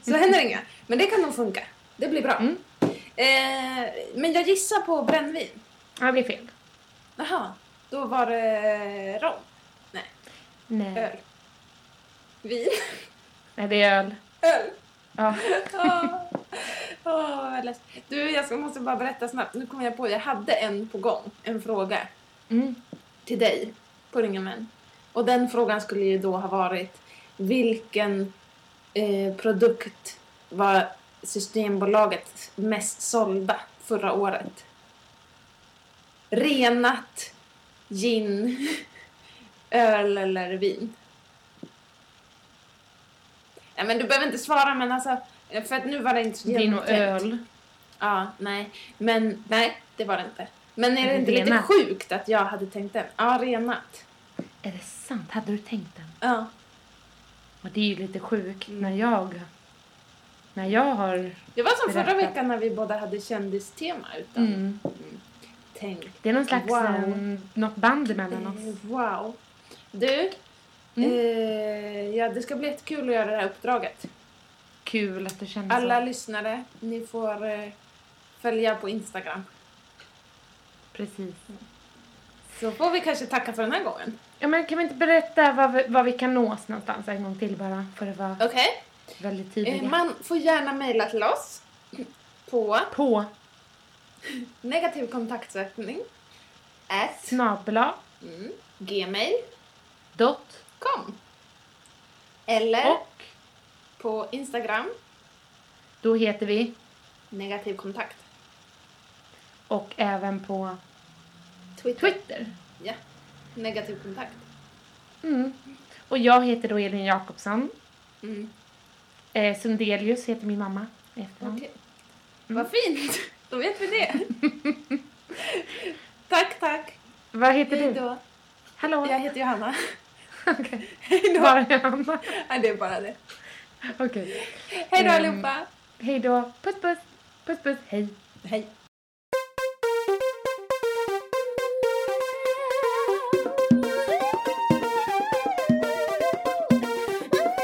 S2: Så henne ringer jag. Men det kan nog funka. Det blir bra.
S1: Mm.
S2: Eh, men jag gissar på brännvin.
S1: Ja, det blev fel.
S2: Jaha, då var det eh, rom,
S1: Nej.
S2: öl, vin,
S1: Nej, det är öl.
S2: öl.
S1: Ja.
S2: Åh, åh, vad läskigt. du, jag ska, måste bara berätta snabbt. Nu kommer jag på, jag hade en på gång, en fråga.
S1: Mm.
S2: till dig på Ringa Män. Och den frågan skulle ju då ha varit vilken eh, produkt var Systembolaget mest sålda förra året? Renat, gin, öl eller vin? Ja, men du behöver inte svara men alltså, för att nu var det inte så
S1: Vin och
S2: genomtänkt.
S1: öl.
S2: Ja, nej. Men nej, det var det inte. Men är det
S1: Men
S2: inte lite
S1: renat.
S2: sjukt att jag hade tänkt den? Ja, renat.
S1: Är det sant? Hade du tänkt den?
S2: Ja.
S1: Och det är ju lite sjukt
S2: Mm.
S1: när jag... När jag har...
S2: Det var som förra
S1: Berätta.
S2: veckan när vi båda hade kändistema utan.
S1: Mm.
S2: Tänk.
S1: Det är någon slags...
S2: Wow.
S1: eh, något band emellan
S2: Eh,
S1: oss.
S2: Wow. Du.
S1: Mm.
S2: Eh, ja, det ska bli jättekul att göra det här uppdraget.
S1: Kul att du känner
S2: Alla
S1: så.
S2: lyssnare, ni får eh, följa på Instagram.
S1: Precis.
S2: Så får vi kanske tacka för den här gången.
S1: Ja, men kan vi inte berätta var vi, var vi kan nås någonstans en gång till bara? För att vara
S2: Okej.
S1: väldigt
S2: Eh,
S1: tydliga.
S2: man får gärna mejla till oss på
S1: På
S2: negativ kontaktsökning at
S1: snabela
S2: mm, gmail.com
S1: dot
S2: eller
S1: och
S2: på Instagram
S1: då heter vi
S2: negativ kontakt.
S1: och även på
S2: Twitter.
S1: Twitter.
S2: Ja. Negativ kontakt.
S1: Mm. Och jag heter då Elin Jakobsson.
S2: Mm.
S1: Eh, Sundelius heter min mamma. i efternamn.
S2: Okej. Vad fint! Då vet vi det. tack, tack.
S1: Vad heter
S2: Hej
S1: du?
S2: då.
S1: Hallå?
S2: Jag heter Johanna.
S1: Okej.
S2: Hej då.
S1: Bara Anna.
S2: Nej, det är bara det.
S1: Okej.
S2: Hej då
S1: Mm.
S2: allihopa.
S1: Hej då. Puss puss. Puss puss. Hej.
S2: Hej.
S3: Thank you.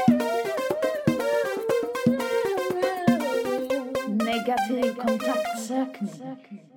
S3: Kontaktsökning.